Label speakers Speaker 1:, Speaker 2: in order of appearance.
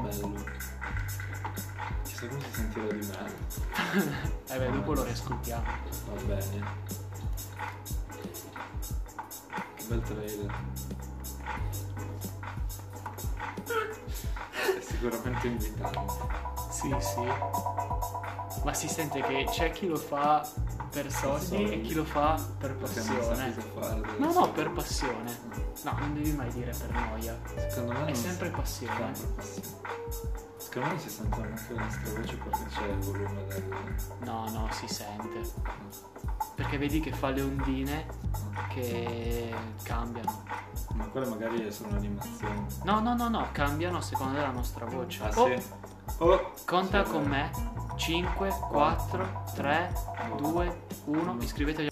Speaker 1: questo. Bello. Chissà come si sentirà di me.
Speaker 2: Eh beh, dopo lo riascoltiamo.
Speaker 1: Va bene. Che bel trailer. È sicuramente invitante.
Speaker 2: Sì, sì. Ma si sente che c'è chi lo fa per soldi
Speaker 1: soldi.
Speaker 2: e chi lo fa per
Speaker 1: Perché non sa
Speaker 2: passione.
Speaker 1: cosa fare. deve
Speaker 2: No, no,
Speaker 1: essere-
Speaker 2: per passione. No, non devi mai dire per noia.
Speaker 1: Secondo me
Speaker 2: È
Speaker 1: non-
Speaker 2: sempre passione.
Speaker 1: sempre passione. Secondo me si sentono anche le nostre voci perché c'è il volume del...
Speaker 2: No, no, si sente. Perché vedi che fa le ondine che cambiano.
Speaker 1: Ma quelle magari sono animazioni.
Speaker 2: No, no, no, no, cambiano a seconda della nostra voce.
Speaker 1: Ah
Speaker 2: Oh,
Speaker 1: sì? Oh!
Speaker 2: Conta
Speaker 1: Sì,
Speaker 2: con
Speaker 1: vabbè.
Speaker 2: me. 5, 4, 3, 2, 1. Iscrivetevi